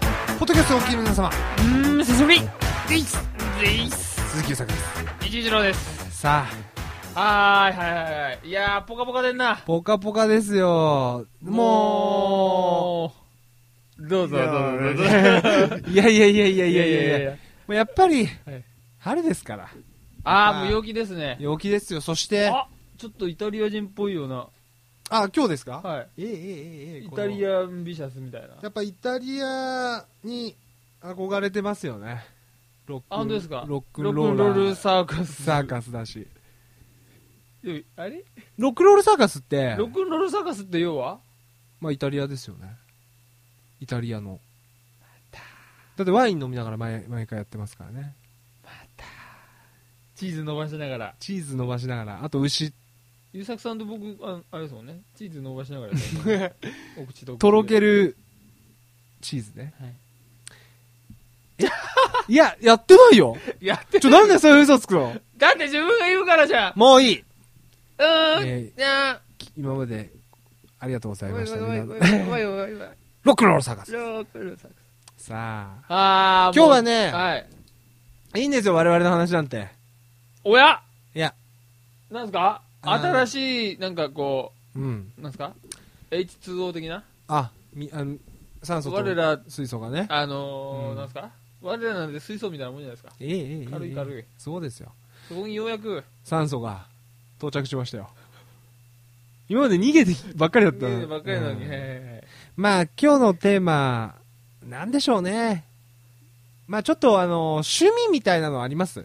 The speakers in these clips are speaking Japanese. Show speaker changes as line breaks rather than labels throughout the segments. スをお聞きの皆様
うーん、久しぶり
デイス
レイス
鈴木優作です
一次郎です。
さあ
はーい、はいはいはい。いやー、ぽかぽかでんな。
ポカポカですよも
う、どう
う
ぞどうぞどうぞ。
いやいやいやいやいやいやいや
い
もうやっぱり
はい
春ですから
あー、もう陽気ですね。
陽気ですよそして
あ、ちょっとイタリア人っぽいよな。
あ今日ですか
は
ええええええ
い。イ
この
タリアンビシャスみたいな。
やっぱイタリアに憧れてますよねロックン
あ本当ですか
ロックン
ロ
ロ
ックン
ー
ロ
ラ
ール
ー
サーカス。
サーカスだし
ス。あれ
ロックンロールサーカスって
ロックンロールサーカスって要は
まあイタリアですよねイタリアのだってワイン飲みながら毎毎回やってますからね
チーズ伸ばしながら。
チーズ伸ばしながらあと 牛
ゆうさくさんと僕、ああれですもんね。チーズ伸ばしな がらですもんね。お口とお口で
とろけるチーズね
はい
いややってないよ
やって
ちょなんでそういう嘘つくの
だって自分が言うからじゃん。
もういいう
ーん。
え
いや
今までありがとうござ
ー
い
ごめ
まし
んご
た
めんごめんごめん
みんな
ごめんごめんごめん
ロックンロールサーカス
ロークルサックス
さあ
あー
今日
もう
はね
はい。
いいんですよ我々の話なんて
おや
いや
なんすか
あー
新しい、なんかこ
うん
う、なんすか ?H2O 的な
あみあの酸素と
我ら
水素がね
あ
う
のー、
ん
なんすか我らなんて水素みたいなもんじゃないですか。
ええええええ
軽い軽い
そうですよ
そこにようやく、
酸素が到着しましたよ今まで逃げてばっかりだった
ねばっかりなのに。
うん
はいはいはい
まあ今日のテーマなんでしょうねまあちょっとあの趣味みたいなのあります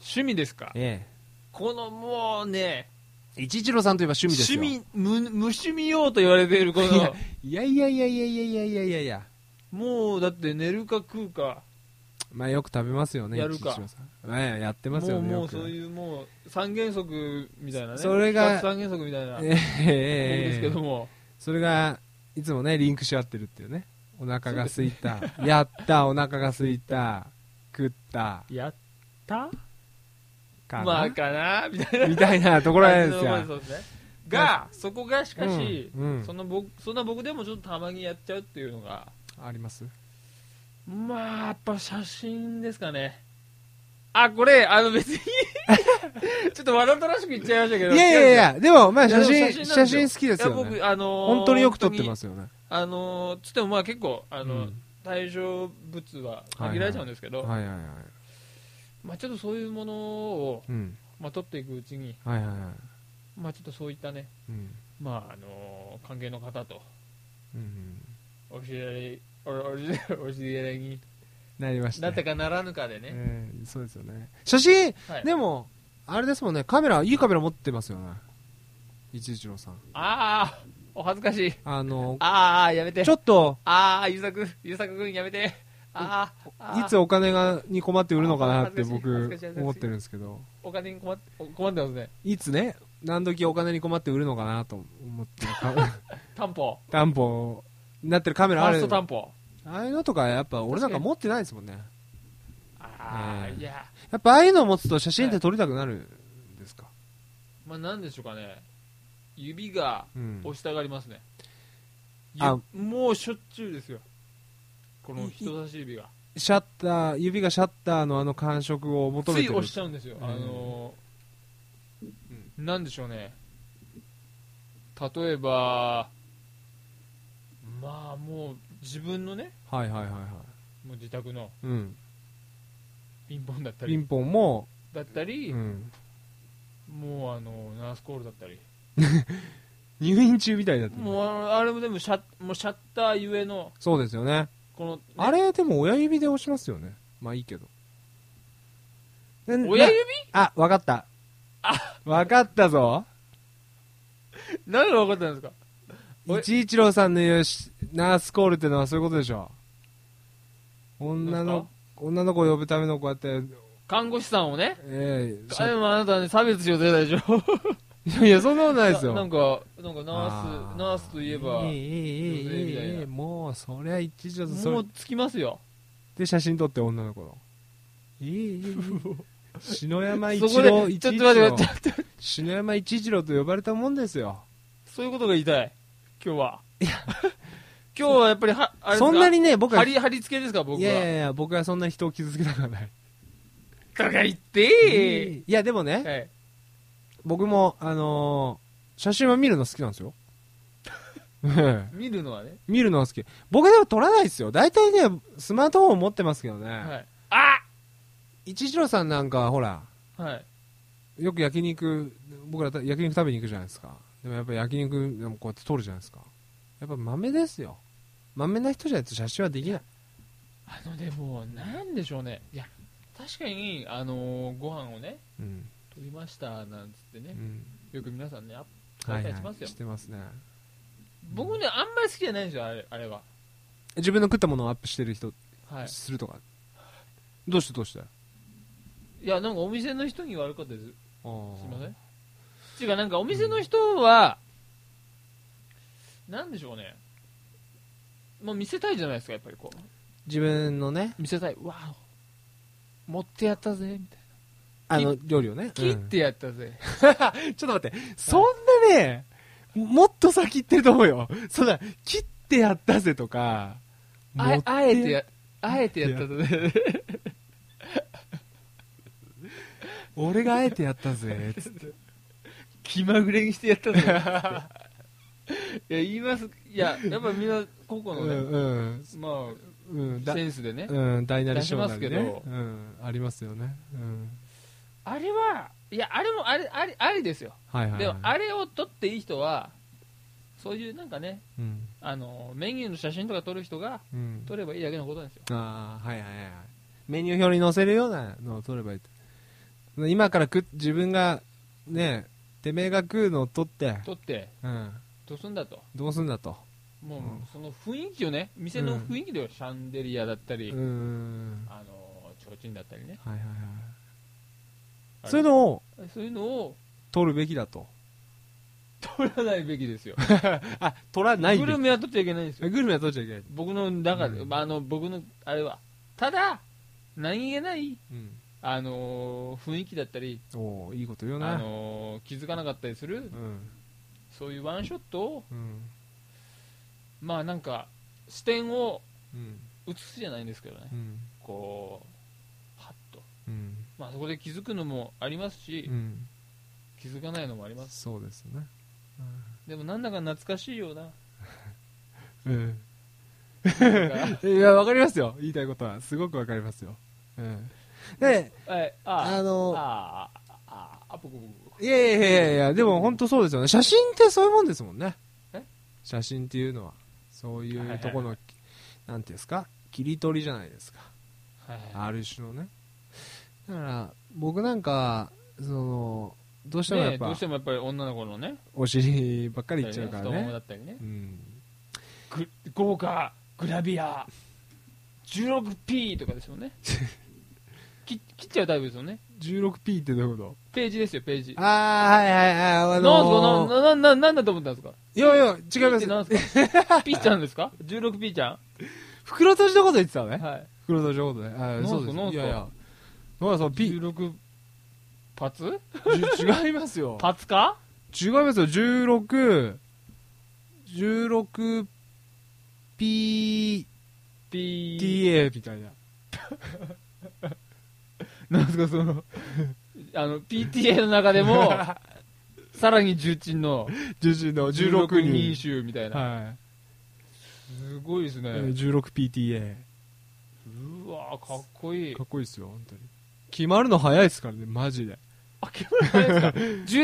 趣味ですか
え
このもうね、
え一一郎さんといえば趣味ですよ
趣味、無無趣味ようと言われているこ
い
の、
いやいやいやいやいやいやいやいやいや
もうだって寝るか食うか。
まあよく食べますよね
やるか
一一郎さんええやってますよね
もうも
よ
う
く
そういうもう三原則みたいなね
それが
不活三原則みたいな
ええ
もの
ええ
です
え
け
え
ども、
それがいつもねリンクし合ってるっていうねお腹が空い た、やったお腹が空いた食った
やった
かな、
まあかなみたいな
みたいなところなんです
感じ
よ
のそうですねがそこがしかし、
うんうん
その僕そんな僕でもちょっとたまにやっちゃうっていうのが
あります
まあやっぱ写真ですかねあこれあの別 にちょっとわざとらしく言っちゃいましたけ
い
ど
やいやい
違うんですよ
やでもまあ写
い
真
やでも
写真
なんよ
好きですよ、
いや
ね、
僕あのー
本当によく撮ってますよね
あのーつってもまあ結構あの、
うん
対象物は限られちゃうんですけど、
はいはいはい
まあ、ちょっとそういうものを、
うん
まあ、取っていくうちに、
はいはいはい
まあ、ちょっとそういったね、
うん
まああのー関係の方と
うん
お知り合いおお知り合いお知り合いに
なりました
な
ね
ったかならぬかでね、
ええそうですよね写真、
はい、
でもあれですもんねカメラいいカメラ持ってますよね一一郎さん
ああお恥ずかしい
あの
ああやめて
ちょっと
ああゆうさくゆうさく君やめてあーあ
い
ー
つお金がに困って売るのかなって
恥ず
僕
かしい恥ずかしい恥ずかしい
思ってるんですけど
お金に困ってお困ってますね
いつね何時お金に困って売るのかなと思 ってるか
担保
担保になってるカメ
フ
ラあ
ァー
る
スト担保
ああいうのとかやっぱ俺なんか持ってないですもんね
ああ、
ええ
いや
やっぱああいうのを持つと写真って撮りたくなるんですか、
まあなんでしょうかね指が
うん
押したがりますね、ゆ
あ
もうしょっちゅうですよこの人差し指が
シャッター指がシャッターのあの感触を求
つ
め
い
てる
押しちゃうんですよ、
うん
あのーなんでしょうね例えばまあもう自分のね
はいはいはいはい
もう自宅の
うん
ピンポンだった
ピ
り
ンポンも、
だったり、
うん、
もうあのナースコールだったり、
入院中みたいだったね
もうあのあれもでもシャッもうシャッターゆえの
そうですよね
このね、
あれでも親指で押しますよねまあいいけどで
親
な
指
あわかったわかったぞ
何が分かったんですかおい
一一郎さんの言うしナースコールってのはそういうことでしょ女
なん
の
す
女の子を呼ぶためのこうやって、
看護師さんをね
ええし
あ
ゃ
でもあなたね差別しようとしてたでし
い
ょ
やいやそんなことないですよ
なんかなんかナー
あ
スナースといえば、
ええええ
女性み
え
たいな
えええもうそりゃ一条さん
も
そう
つきますよ
で写真撮って女の子のええええ ええ篠山一
そこで
郎一
ちょっ
一
と待って
郎
待って待って
篠山一一郎と呼ばれたもんですよ
そういうことが言いたい今日は 今日はやっぱりは、あれですか
そんなにね、僕は、
貼
い
り、貼り付けですか、僕は。
やいやいや、僕はそんなに人を傷つけたくはない。
とか言って、
いや、でもね、
はい。
僕も、あのー写真は見るの好きなんです よ。ねえ
見るのはね。
見るのは好き。僕でも撮らないですよ。大体ね、スマートフォン持ってますけどね。
はい。あ
一次郎さんなんかはほら、
はい。
よく焼肉、僕らた焼肉食べに行くじゃないですか。でもやっぱ焼肉、でもこうやって撮るじゃないですか。やっぱ豆ですよ。豆な人じゃないと写真はできない。
あの、でも、なんでしょうね。いや、確かに、あのーご飯をね、
うん。
取りました、なんつって
う
ね。
ん。
よく皆さんね、アップはいはいしますよ
してますね。
僕ね、あんまり好きじゃないんですよ、あれあれは。
自分の食ったものをアップしてる人、
はい。
するとか。どうしてどうしてあ
いや、なんかお店の人に悪かったです。す
ー
いません。っていうか、なんかお店の人は、なんでしょうね。もう見せたいじゃないですか、やっぱりこう。
自分のね、
見せたい。わあ、持ってやったぜ、みたいな。
あの、料理をね。
切
う
っ
ん
てやったぜ。
ちょっと待って、そんなね、もっと先行ってると思うよ。そんな、切ってやったぜとか、
あ
もう
あえてや、あえてやったぜ。
俺があえてやったぜ、 つって。
気まぐれにしてやったぜ。 いや、言います。いや、やっぱみんな、個
う
々のね、
ん、
ま
うん、うん、
あ、
だ
センスでね。
うん、大なり小なり
出しま
ね
す。け
うん、ありますよね。うん。
あれは、いや、あれもあれ、あり、ありですよ。
はいはい、はい。
でも、あれを撮っていい人は、そういうなんかね、
うん。
あの、メニューの写真とか撮る人が、
うん。
撮ればいいだけのことなんですよ。
ああ、はいはいはい。メニュー表に載せるようなのを取ればいいと。今から食っ、自分が、ね、てめえが食うのを取って、
撮って、
うん。
どうすんだと。
どうすんだと。
もう、
うん
その雰囲気をね、店の雰囲気ではシャンデリアだったり、
うん。
あの、提灯だったりね。
はいはいはい。
あれ
そういうのを
そういうのを
取るべきだと。
撮らないべきですよ。
あ、取らない
グルメは撮っちゃいけないんですよ。
グルメは取っちゃいけない。
僕の中で、
うん
まあ、あの、僕の、あれは。ただ、何気ない、
うん。
あのー雰囲気だったり、
おーいいこと言うな。
あのー気づかなかったりする
う、ん。
そういうワンショットを、
うん。
まあなんか、視点を
うん。
映すじゃないんですけどね
う。ん。
こう、はっと。
うん。
まあそこで気づくのもありますし
う、ん。
気づかないのもあります。
そうですね。
でもなんだか懐かしいような。
うん。
なんか
いや、わかりますよ。言いたいことは。すごくわかりますよ。うん。で、
はい、
あ
ああ、
の、
ああ、ああ、僕僕
いやいやいやいや、でも本当そうですよね。写真ってそういうもんですもんね
え。
写真っていうのは、そういうとこの、なんていうんですか、切り取りじゃないですか。
はい。
ある種のね。だから、僕なんか、その、どうしてもやっ
ねどう
ぱ
して、もやっぱり女の子のね、
お尻ばっかりいっちゃうから
太ももだ
ね。
ったりね
う。ん。
グ豪華グラビア 16P とかですよねき切っちゃうタイプですよね
16P ってどういうこ
ページですよページ
とあー、はいはいはい、あ
なん
の
すかななななんだと思ったんですか
いやいや、違いま
ピ
す。
ーってなんすか P ちゃんで すか 16P ちゃん
袋閉じのこと言ってたのね。
はい
袋閉じのことね。あー
んすか
そうです。
なんす
い
か
やいや。なんかその P、
16パツ
じ ゅ違いますよ。
パツか
違いますよ、16、16PTA
?P
みたいな。
なんですかそのあの PTA の中 でもさらに重鎮の
10の
16
16
人
人。
衆みたいな、
は
すごいですね、
い。16PTA。
うわーかっこ いい
かっこいいですよ、本当に。決まるの早いですからね、マジで。
あ、決まらないですか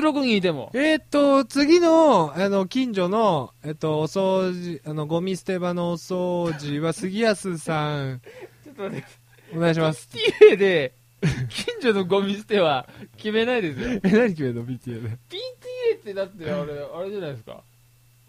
?16 人いても。
えーっと、次の、あの、近所の、えっと、お掃除、あの、ゴミ捨て場のお掃除は杉安さん、
ちょっと待って、
お願いします。
PTA で、近所のゴミ捨ては決めな いですよ。
え、何決めるの ?PTA で。
PTA ってだって、あれ、あれじゃないですか。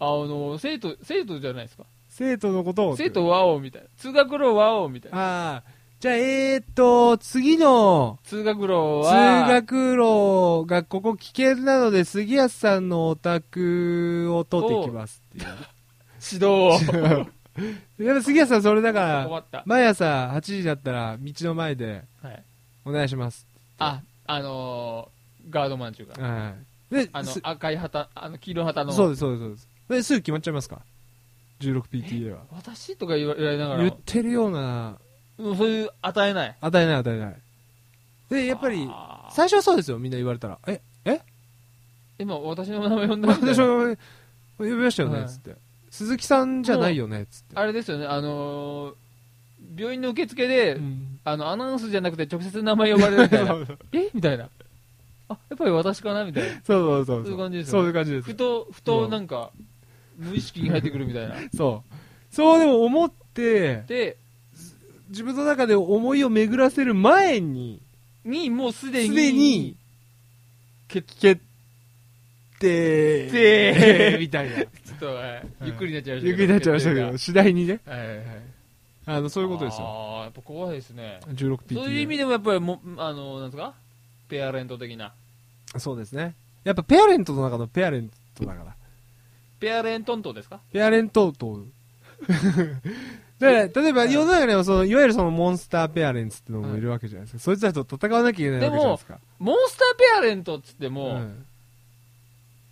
あの、生徒、生徒じゃないですか。
生徒のことを。
生徒ワオみたいな。通学路ワオみたいな。
ああ。じゃあ、えーっと、次の、
通学路
通
は、
学路がここ危険なので、杉安さんのお宅を取っていきますっていう。
指導
やっぱ杉安さんそれだから、
困った。
毎朝8時だったら、道の前で、
はい。
お願いします。
あ、あのー、ガードマン中が。
はい。で、
あの
す、
赤い旗、あの、黄色い旗の。
そうです、そうです、そうです。で、すぐ決まっちゃいますか 16PTA は
私とか言わ言われながら
言ってるような
もうそういう与えない
与えない与えないでやっぱり
あー
最初はそうですよみんな言われたらえ
今私の名前呼んだみたいな
私は呼びましたよ
は
ね
い
つって鈴木さんじゃないよねつって
あれですよねあのー病院の受付で、
うん
あのアナウンスじゃなくて直接名前呼ばれるみたい なえみたいなあやっぱり私かなみたいな
そうそうそう
そういう感じですよ
そう
ね
いう感じです
ふとふとなんか無意識に入ってくるみたいな
そうそうでも思って
で
自分の中で思いを巡らせる前に
にもうすですに
でに
決
決定
定
みたいな
ちょっと、はいゆっくりになっちゃいました
ゆっくりになっちゃいましたけど次第にね
どはいはいはい
あのそういうことですよ
ああやっぱ怖いですね
16PT
そういう意味でもやっぱりもあのなんですかペアレント的な
そうですねやっぱペアレントの中のペアレントだから
ペアレントントですか
ペアレント とだから例えば世の中にはそのいわゆるそのモンスターペアレンツってのもいるわけじゃないですか、そいつらと戦わなきゃいけないわけじゃないですか
モンスターペアレントっつっても、
うん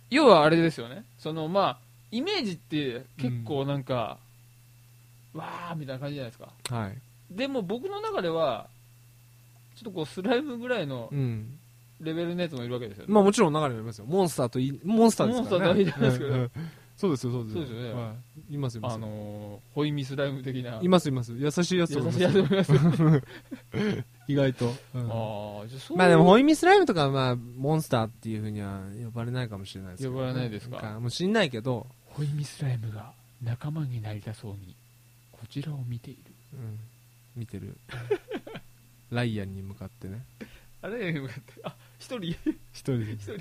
要はあれですよねそのまあイメージって結構なんか、わーみたいな感じじゃないですか
はい
でも僕の中ではちょっとこうスライムぐらいの
うん
レベルのやつもいるわけですよね、
まあもちろん流れにりますよモンスターといモンスターですからね
モンスターとは言いますけど
うんうんそうですよそうですよ
そうですよね
はい、いますいます
あのー、ホイミスライム的ない
ますいます優しいやつもいま
優し
す
いやつもいますよね
意外と、うん
ああじゃあそういう
まあでもホイミスライムとかはまあモンスターっていうふうには呼ばれないかもしれないですけど、
呼ばれないですか
もう知んないけど、
ホイミスライムが仲間になりたそうにこちらを見ている
うん、見て るライアンに向かってね
あれ 向かってあ一人
一人で
一人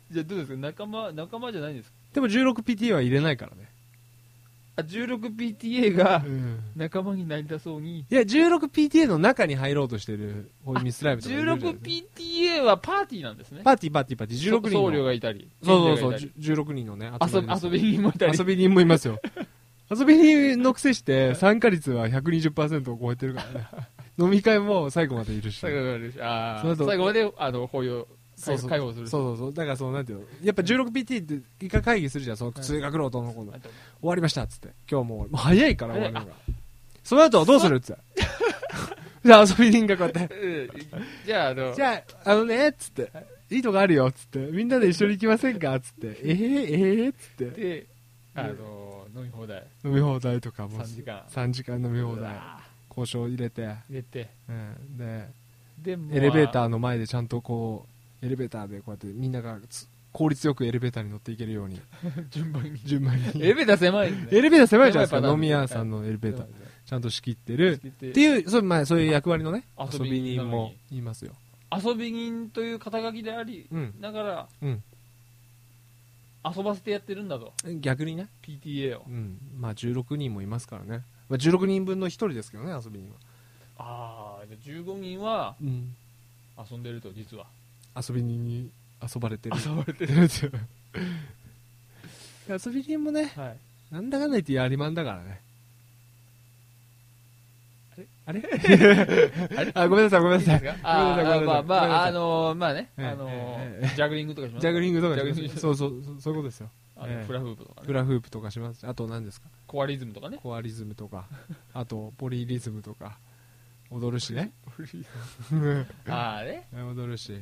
じゃあどうですか仲間仲間じゃないんですか
でも 16PT は入れないからね、
あ 16PTA が
うん、
仲間になりたそうに
いや 16PTA の中に入ろうとしてるホイミスライムとかいるじゃないですか
16PTA はパーティーなんですね
パーティーパーティーパーティー16人
僧
の
僧侶がいたり
そうそう
神
そ
社
う16人のね
がいた
集まり
り
です
遊び遊び人もいたり
遊び人もいます よ遊び人のくせして参加率は120%を超えてるからね 飲み会も最後までいるし
最後まであるしあ
その
ー
後
最後まであの抱擁
そうそう
介護する
そうそうそうだからそのなんていうのやっぱ 16PT って一回会議するじゃんその通学路どうのこうの
あ
終
と
わりましたっつって今日もうもう早いから終わるのがその後はどうするっつって じゃあ遊び人がこうやって
うんじゃああの
じゃああのねっつっていいとこあるよっつってみんなで一緒に行きませんかっつってえー、えー、っつって
であの飲み放題
飲み放題とかも
3時間
3時間飲み放
う
題
わ
交渉入れて、
ー入れて
うん、で
でも
エレベータ
ー
ーの前でちゃんとこうエレベーターでこうやってみんながつ効率よくエレベーターに乗っていけるよう に
順番に
順番
エ
に
レベーター狭いんで
エレ
レ
ベーター狭いじゃないです
狭いパタ
か
ーン
飲み屋さんのエレベーターちゃんと仕切ってるっ
ー
ていうそう,、まあ、そういう役割のね
遊
遊
び
び
人
人
なのに
もいますよ
遊び人という肩書きであり
うん
ながら
うん
遊ばせてやってるんだと
逆にね、
PTA を
うんまあ、16人もいますからね、まあ、16人分の1人ですけどね遊び人は、
ああじゃあ15人は
うん、
遊んでると実は
遊び人に遊ばれてる
遊ばれてる
遊び人もね
はい
なんだかんだ言ってやりまんだからねあれあれあごめんなさいごめんなさい
あ
ごめんなさいごめんなさい
ーまあま
ごめんなさ
あ
い
あのーまあねあ
ええ
の
え
ージャグリングとかします
ジャグリングとか
ジャグ
し
リン
ま
グ
すそうそうそうそういうことですよ
あの
ええ
フラフープとか
フ
ね
ラフープとかしますあと何ですか
コアリズムとかね
コアリズムとかあとポリリズムとか踊るしね
ああね
踊るし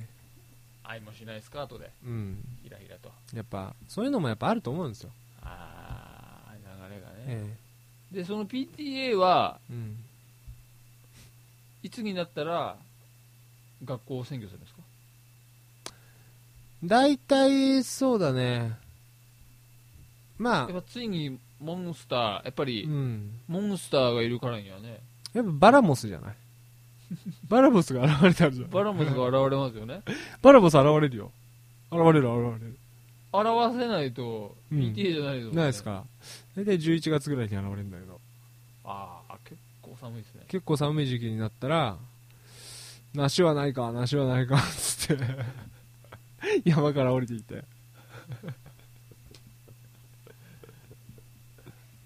愛もしないスカートで
うん
ひらひらと
やっぱそういうのもやっぱあると思うんですよ、
ああ流れがね
え
でその PTA は
えうん、
いつになったら学校を占拠するんですか
大体そうだねまあ
やっぱついにモンスターやっぱ
う
り
ん
モンスターがいるからにはね
やっぱバラモスじゃないバラモスが現れたんじゃん
バラモスが現れますよね
バラモス現れるよ現れる現れる
現せないと
うん
PTA じゃないですもんね
ないですから大体11月ぐらいに現れるんだけど
ああ結構寒いですね
結構寒い時期になったら梨はないか梨はないかつって 山から降りていって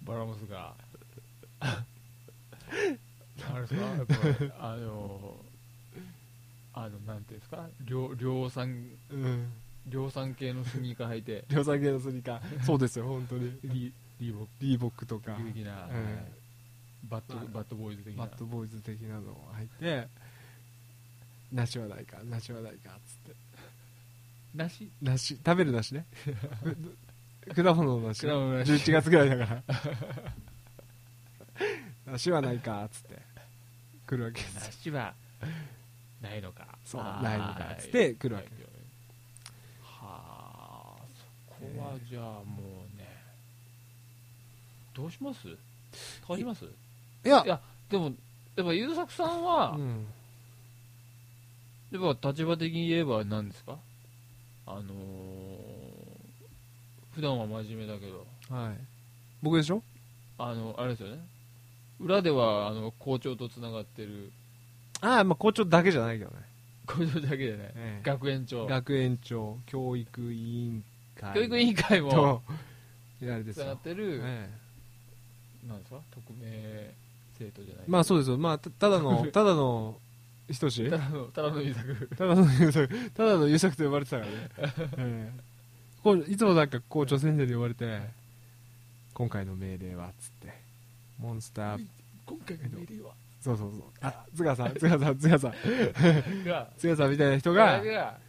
バラモス があれですかやっぱあのあのなんていうんですか量量産
うん
量産系のスニーカー履いて
量産系のスニーカーそうですよ本当に
リリーボック
ビーボックとか、
的な、
うん
はいバッド
まあ
バッドボーイズ的な
バッドボーイズ的なの入って、なしはないか、なしはないか、つって。
なし
なし、食べるなし ね。果物のなし。
果物の梨
11月ぐらいだ から。なしはないか、つって。来るわけです
な
よ。
しはないのか
そう
あー
ないのかつって来るわけ
はいはあそこはじゃあもうねどうします変わります
いや
いやでもやっぱ優作さんは、
うん。
やっぱ立場的に言えば何ですかあのー、普段は真面目だけど
はい。僕でしょ
あのあれですよね裏ではあの校長とつながってる
ああ、まあ校長だけじゃないけどね。
校長だけでね
ええ
学園長
学園長、教育委員会。
教育委員会も
と、やるで
つ
す
なが
よ
っ。てる、
ええ
なんですか匿名生徒じゃない
まあそうですよ。まあ、たただ の、ただの、ひとし。
ただの ただの優作
ただの 優作、ただの優作と呼ばれてたから ね。ええこういつもなんか校長先生で呼ばれて、今回の命令は、つって。モンスター、
今回
の命
令は
そうそうそう。あ、津賀さん、津賀さん、津賀さん。
が
津賀さんみたいな人が、
が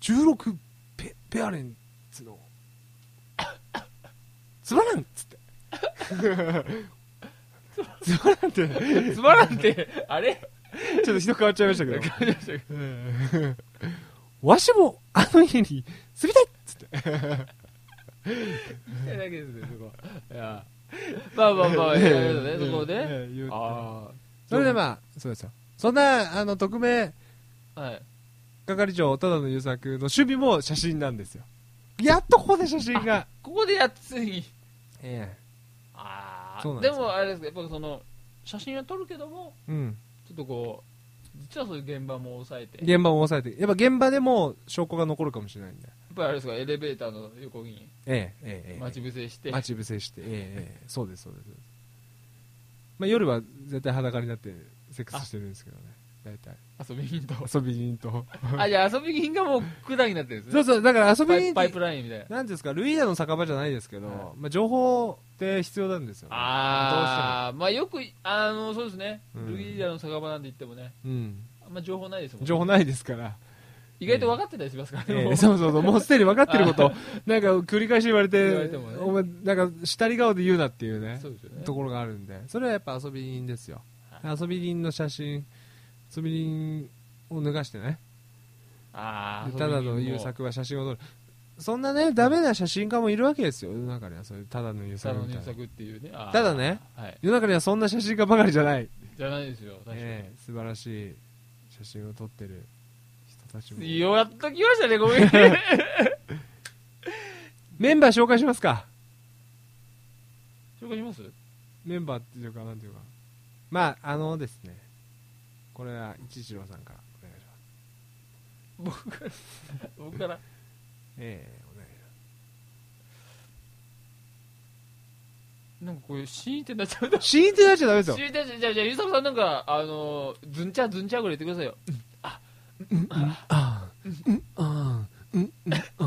16ペペアレンツ の、つまらんっつって。つまらんって、
つまらんてあれ
ちょっと人変わっちゃいましたけど。
感じましたけど
わしも、あの家に住みたい
いやだけですねそこいやまあまあまあいやい やねそこで
ええ言う
あ
それでまあ、そうですよ。そんな、あの、匿名
あはい
係長、ただの優作の趣味も写真なんですよ。やっとここで写真が。
ここでやっついに
え
あ
そうな
あ
ん
で
ですよ
もあれですけどやっぱその写真は撮るけども
え。うん。
ちょっとこう実はそういう現場も抑えてやっ
現場を押さえて。やっぱ現場でも証拠が残るかもしれないんで。
ぱりあれですかエレベーターの横に
ええ、ええ、ええ。
待ち伏せして
待ち伏せして。ええ、ええ。そうです、そうです。そうですまあ、夜は絶対裸になってセックスしてるんですけどね。大体。
遊び人と
遊び人と。
あ、じゃあ遊び人がもう管になってるんです
そ
ね。
うそう、だから遊び人
パイ
って
パイプラインみたいな。
なんですか、ルイーダの酒場じゃないですけど、
はい
まあ、情報って必要なんですよ、ね。
あー、まあよく、あの、そうですね。
うん
ルギーダの酒場なんて言ってもね、
どうしても。うん。
あんま情報ないですもんね。
情報ないです から。
意外と分かってたりしますからね。
え
も
え
う
そうそうそう、もうすでに分かってること、なんか繰り返し言われて、
言われてもね
お前、なんか、下り顔で言うなっていうね
そうですよね。
ところがあるんで、それはやっぱ遊び人ですよ。
は
遊び人の写真、遊び人を脱がしてね、
あ
で
ー、
ただの優。作は写真を撮る。そんなね、ダメな写真家もいるわけですよ、世の中には、そういうただの優
ただ
作
の
みたい
優
な。
作っていうね。あー
ただね。
はい。
世の中にはそんな写真家ばかりじゃない。
じゃないですよ、確か
ええ素晴らしい写真を撮ってる人たちも
に。ようやっときましたね、ごめんね。
メンバー紹介しますか
紹介します
メンバーっていうかなんていうかまああのですねこれは一一郎さんからお願いします
僕から。僕から。
ええお願いしま
なんかこういうシーンってなっちゃうな。
すシーンってなっちゃダメです
シ
よ
ーンってなっちゃう。じゃあ、じゃあ、ゆうさくさんなんか、あの、ずんちゃずんちゃぐらい言ってくださいよ。
ああうんああうんああ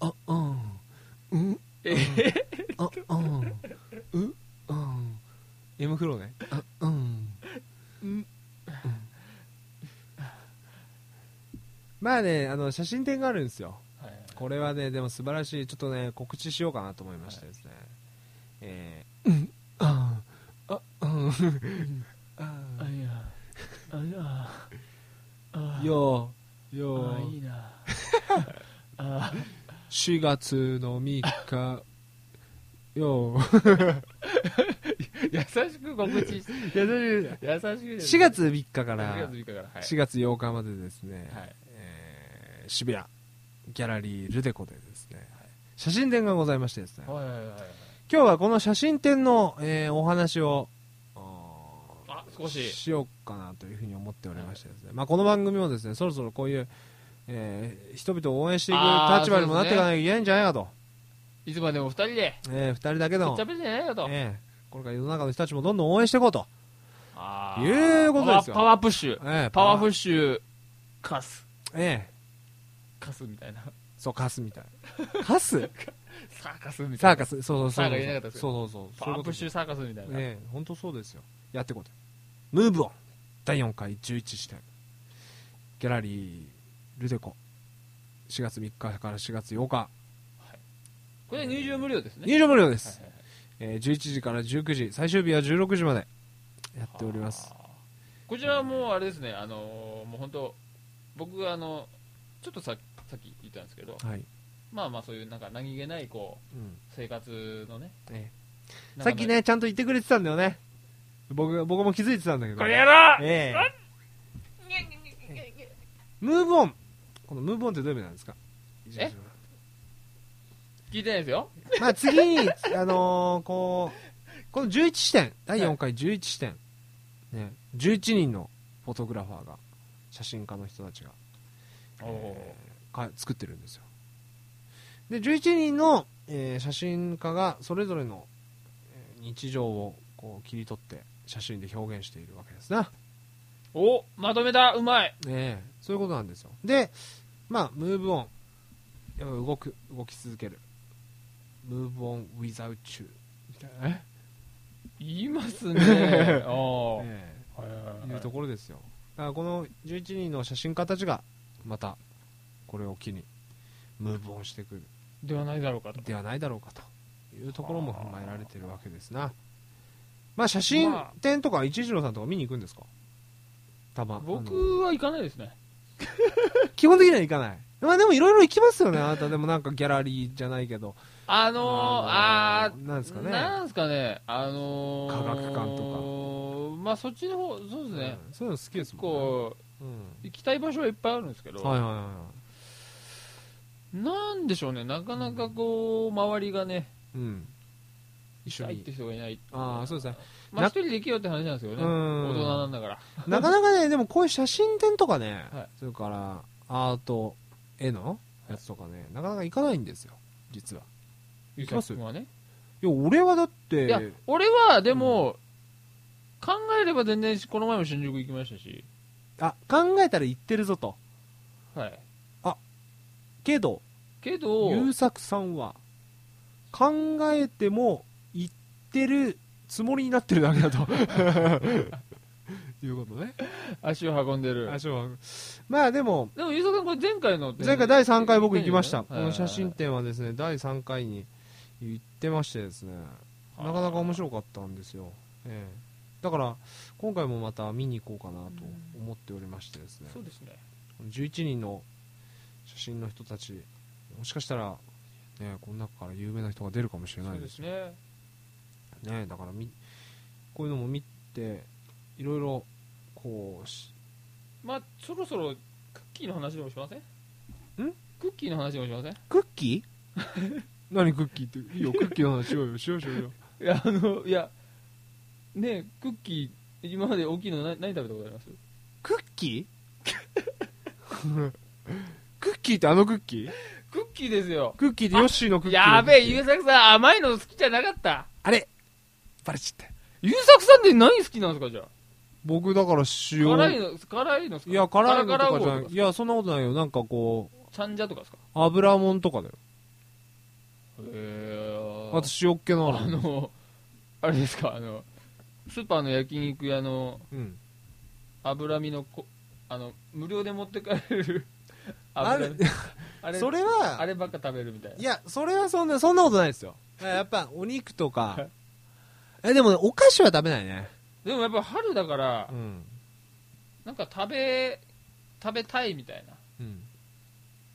ああうん
えー
ああうあ M フローねあうん
うん
まあねあの写真展があるんですよ
はい
これはね、でも素晴らしい、ちょっとね、告知しようかなと思いましてですね、えー、あーあ、うん、
あ
あ
いやあいやあ
ーよう、
あ
よ、
あいいうなあ
4月の3日、よ う、
優しく告知し
4
優しくですね
月3日か
4
ら
月3日からはい
4月8日までですね、
はい
えー渋谷、ギャラリールデコでですね、写真展がございましてですね、
はいはいはいはい
今日はこの写真展の、えーお話を、あー
あ少し
しようかなというふうに思っておりましてですね、まあ、この番組もですねそろそろこういう、えー人々を応援していく立場にもなっていかなきゃいけないんじゃないかと、
いつまでも2人で
えー、2人だけ
お
の
っちゃ、べりじゃないよと
えーこれから世の中の人たちもどんどん応援していこうと、
ああ
いうことですよ
パワーパワープッシュ
えー
パワープ
ッ
ッシュカス
え
カスみたいな
ーそう貸すみたいな貸す
サーカスみたいな。
サーカス、そうそうそう
サーカス言えなかった
そう。そうそ
ですよ
うそう。
パワープッシュ
そ
サーカスみたい
いう
う
こと
な。
ねえ本当そうですよ。やってこうと。ムーブオン第4回11視点。ギャラリー、ルデコ。4月3日から4月8日。
これは入場無料ですね。
入場無料です。
はいはいはい
えー11時から19時、最終日は16時までやっております。。
あーこちらはもうあれですね、あのーもう本当、僕があの、ちょっとささっき言ったんですけど、
はい。
まあまあそういうなんか何気ないこう
うん
生活のね、
ね
なん
さ
か
っき、ね、ちゃんと言ってくれてたんだよね。僕が僕も気づいてたんだけど。
これやろう
ええムーブオンこのムーブオンってどういう意味なんですか
え聞いてないですよ。
まあ次に、あのーこう、この11視点、第4回11視点、ね、11人のフォトグラファーが、写真家の人たちが、えーか作ってるんですよ。で、11人の、えー写真家がそれぞれのえー日常をこう切り取って写真で表現しているわけですな。
おまとめた、うまい。
ねえ、そういうことなんですよ。で、まあ、ムーブオン。やっぱ動く、動き続ける。ムーブオン without you. みたいなね。
言います ね。おー
え
はいはい
え、い
は
う
い
ところですよ。だからこの11人の写真家たちが、また、これを機に、ムーブオンしてくる
ではないだろうかと。
ではないだろうかというところも踏まえられてるわけですな。まあ、写真
まあ
展とか、一次郎さんとか見に行くんですかたま。あの
僕は行かないですね。
基本的には行かない。まあでもいろいろ行きますよね、あなた。でもなんかギャラリーじゃないけど。
あのー、あー、
ーなんですかね。
なんですかね、あのー、
科学館
とか、まあそっちの方、そうですね、
うんそういうの好きです
結
もんね。
構、行きたい場所はいっぱいあるんですけど、
うん、はいはいは
なんでしょうね、なかなかこう、周りがね、
い。うん。一緒
入っ
に
て。人がいない、
ああ、そうですね。
まあ
な
一人で行けよって話なんですけどね、
うん
大人なんだから、
なかなかね、でもこういう写真展とかね、
はい
それからアート、絵のやつとかね、なかなか行かないんですよ、実は。
ゆ
きます
きはね。
いや、俺はだっ
いや
て、、
俺はでも、考えれば全然、この前も新宿行きましたし、
あ、考えたら行ってるぞと。
はい。
けど、
けど、
優作さんは、考えても行ってるつもりになってるだけだと。いうことね。
足を運んでる
あ。そうまあでも、
でも、ゆうさくん、これ前回の。
前回第3回僕行きました。こ
はいはい
の
は
写
い
真展はですね、第3回に行ってましてですね、なかなか面白かったんですよ。ええだから、今回もまた見に行こうかなと思っておりましてですね、
そうですね。
11人の写真の人たち、もしかしたら、ね、この中から有名な人が出るかもしれ
そ
な
う
い
で
ですすよ
ね。
ね。だからみ、こういうのも見て、いろいろ、こうし、
まあ、そろそろクッキーの話でもしません
ん
クッキーの話でもしません
クッキー 何クッキーって、いいよ、クッキーの話しようよ、しようしようよ。
いや、あの、いや、ねえクッキー、今まで大きいのな何食べたことあります
クッキークッキーってあのクッキー
クッキーですよ。
クッキーってヨッシーのクッキー
やべえ、ゆ
え
うさくさん甘いの好きじゃなかった。
あれバレちゃった
ゆうさくさんって何好きなんですか、じゃあ。
僕だから塩
辛いの、辛いのっすか
いや辛いのとかじゃ
カラカラ
な
ウ
い
オ
いやそんなことないよなんかこう
ちゃんじゃとかですか
油もんとかだよ
へえ
あと塩っ気のあ
あ
る
の、あれですか、あの、スーパーの焼肉屋の
うん
脂身のこ、あの、無料で持って帰れる
あれ
油あ れ、
それ
あ
は
ればっか食べるみたいな。
いやそれはそんなそんなことないです よだからやっぱお肉とかえでもねお菓子は食べないね
でもやっぱ春だから
う、ん
なんか食べ、食べたいみたいな。
うん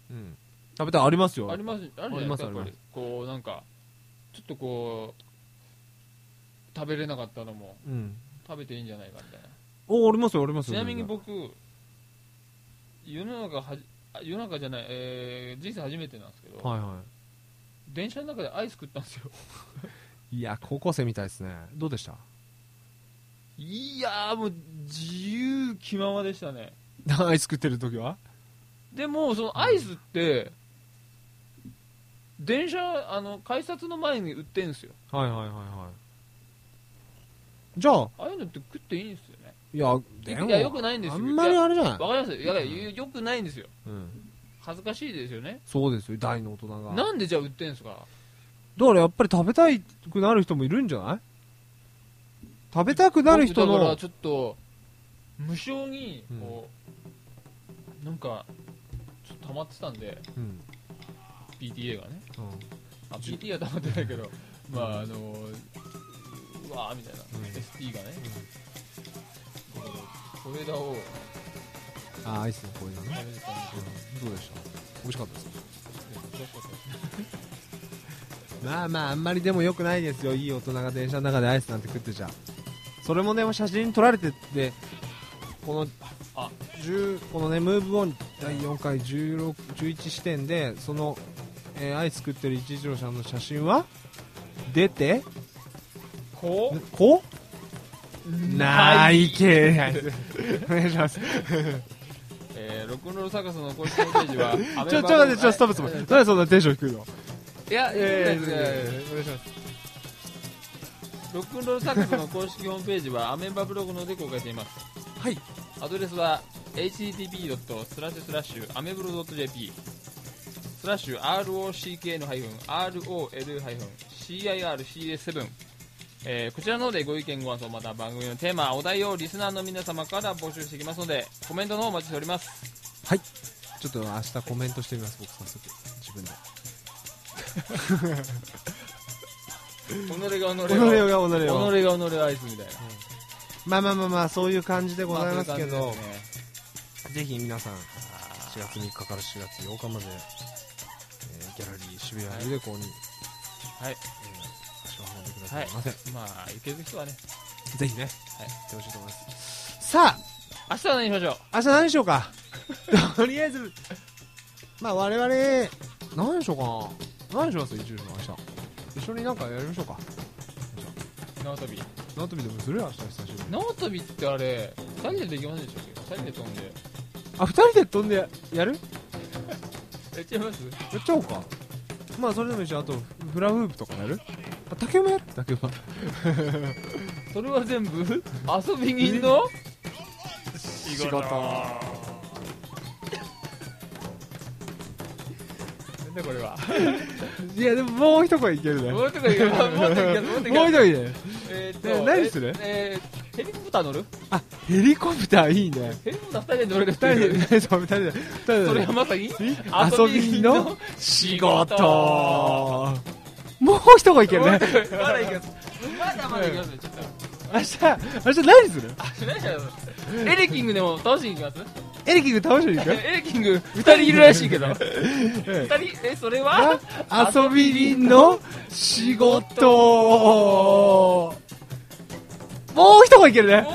うん食べたいありますよ
あります、あるじゃない
あり
で
ますす
か、やっぱ
あり
り
ま。
こう、なんか、ちょっとこう、食べれなかったのも
うん
食べていいんじゃないかみたいな。
おありますよあります
ち
よ
なみに僕、世の中はじ、あ世の中じゃない、えー人生初めてなんですけど、
はいは
電車の中でアイス食ったんですよ。
いいや高校生みたいですねどうでした
いやーもう自由気ままでしたね
アイス食ってる時は
でもそのアイスって、電車あの改札の前に売ってんですよ
はいはいはいはいじゃあ
ああいうのって食っていいんですよね
いやでも
いやよくないんですよ
あんまり
いや
あれじゃない、
わかりますいやいやよくないんですよ
うん、
恥ずかしいですよね
そうですよ大の大人が
なんでじゃあ売ってんすか
だからやっぱり食べたくなる人もいるんじゃない食べたくなる人
僕だから
の
ちょっと無性にこう、なんかちょっと溜まってたんで
うん
PTA がね
うん
あ PTA は溜まってないけどまああのうわーみたいな、
ん
ST がねこう小枝を
あアイスのこういうのね
食べてたんだけど
どうでした美味しかったです
珍しかったですね
まあまああんまりでも良くないですよいい大人が電車の中でアイスなんて食ってちゃそれもね写真撮られてってこの
あ
10このねムーブオン第4回16 11視点でその、えーアイス食ってる一条さんの写真は出て
こ
こ
う
ないけりゃ お願いします
えー、ロックンロールサーカスの公式ホームページはアメ
ちょ、
バ
ちょ、待って、ちょ、ストップ、ストップ。なんでそんなテンション低いの
いやい
いやい
や
やいや
いやいやいや
お願いします。
ロックンロールサーカスの公式ホームページはアメンバブログので公開しています
はい。
アドレスは http. スラッシュスラッシュアメブロ .jp スラッシュ ROCKN-ROL-CIRCA7 えーこちらの方でご意見ご感想また番組のテーマお題をリスナーの皆様から募集していきますのでコメントの方お待ちしており ます
ちょっと明日コメントしてみます、僕早速。自分で。己が己を。
己が己を己が己を愛すみたいな
まあまあまあまあ、そういう感じでございますけ
まあそういう感
ど
じ、ですね
ぜひ皆さん、4月3日から4月8日まで、えーギャラリー渋谷ヒルデコに、
はい
えー足を運んでくださいませ。
まあ行ける人はね
ぜひね、
はい
行ってほしいと思います。さあ、
明日は何しましょう
明日何しようかとりあえずまあ我々何しようかな何します一流の明日一緒になんかやりましょうか
縄跳び
縄跳びでもするよ明日久しぶりに
縄跳びってあれ2人でできませんでしたっけ2人で飛んで
あ二人で飛んでやる
やっちゃい ます
やっちゃおうかまあそれでもいいしあとフラフープとかやるあ竹馬やる竹馬
それは 全部遊び人の
仕事
なんだこれはい
やでももう一声いけるね
も
もう
う一回言うもう一回言うもう一
一
回言う
声ね
えーっ
ね
と
何する
えーヘリコプター乗る
あヘリコプターいいね
ヘリコプター2人で乗れる
二人で二人で二人で
それはまさに
遊び人の仕事もう一声いける
ま
ね
だいけますまだまだいけますちょっと
明日明日何する
何しようエレキングでも倒しに行きます
エレキング倒しに 行く
エレキング2人いるらしいけど2
え
人えそれ
え
は
遊び人の仕事もう一声いけるね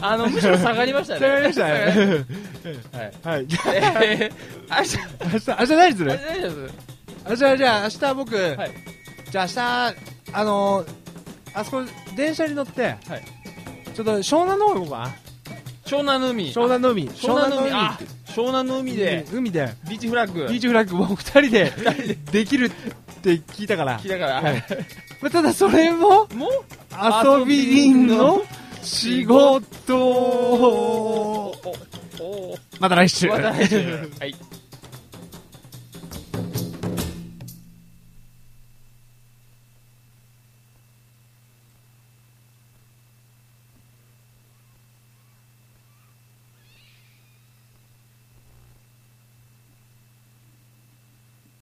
あのむしろ下がりましたね
下がりましたね
はい
はいじゃあ
えー、明日
明日明日何す
あれ
る
大丈夫です
明日じゃあ明日僕
はい
じゃあ明日あのあそこ電車に乗って
はい
ちょっと湘南の方行こうかな
湘南の海
湘南の海
湘南の海あ
海
湘南の海で
海で
ビーチフラッグ
ビーチフラッグもう二人でできるって聞いたから
来たから、
はいまあただそれも
もう
遊び人の仕事
おおお
また来週
また来週はい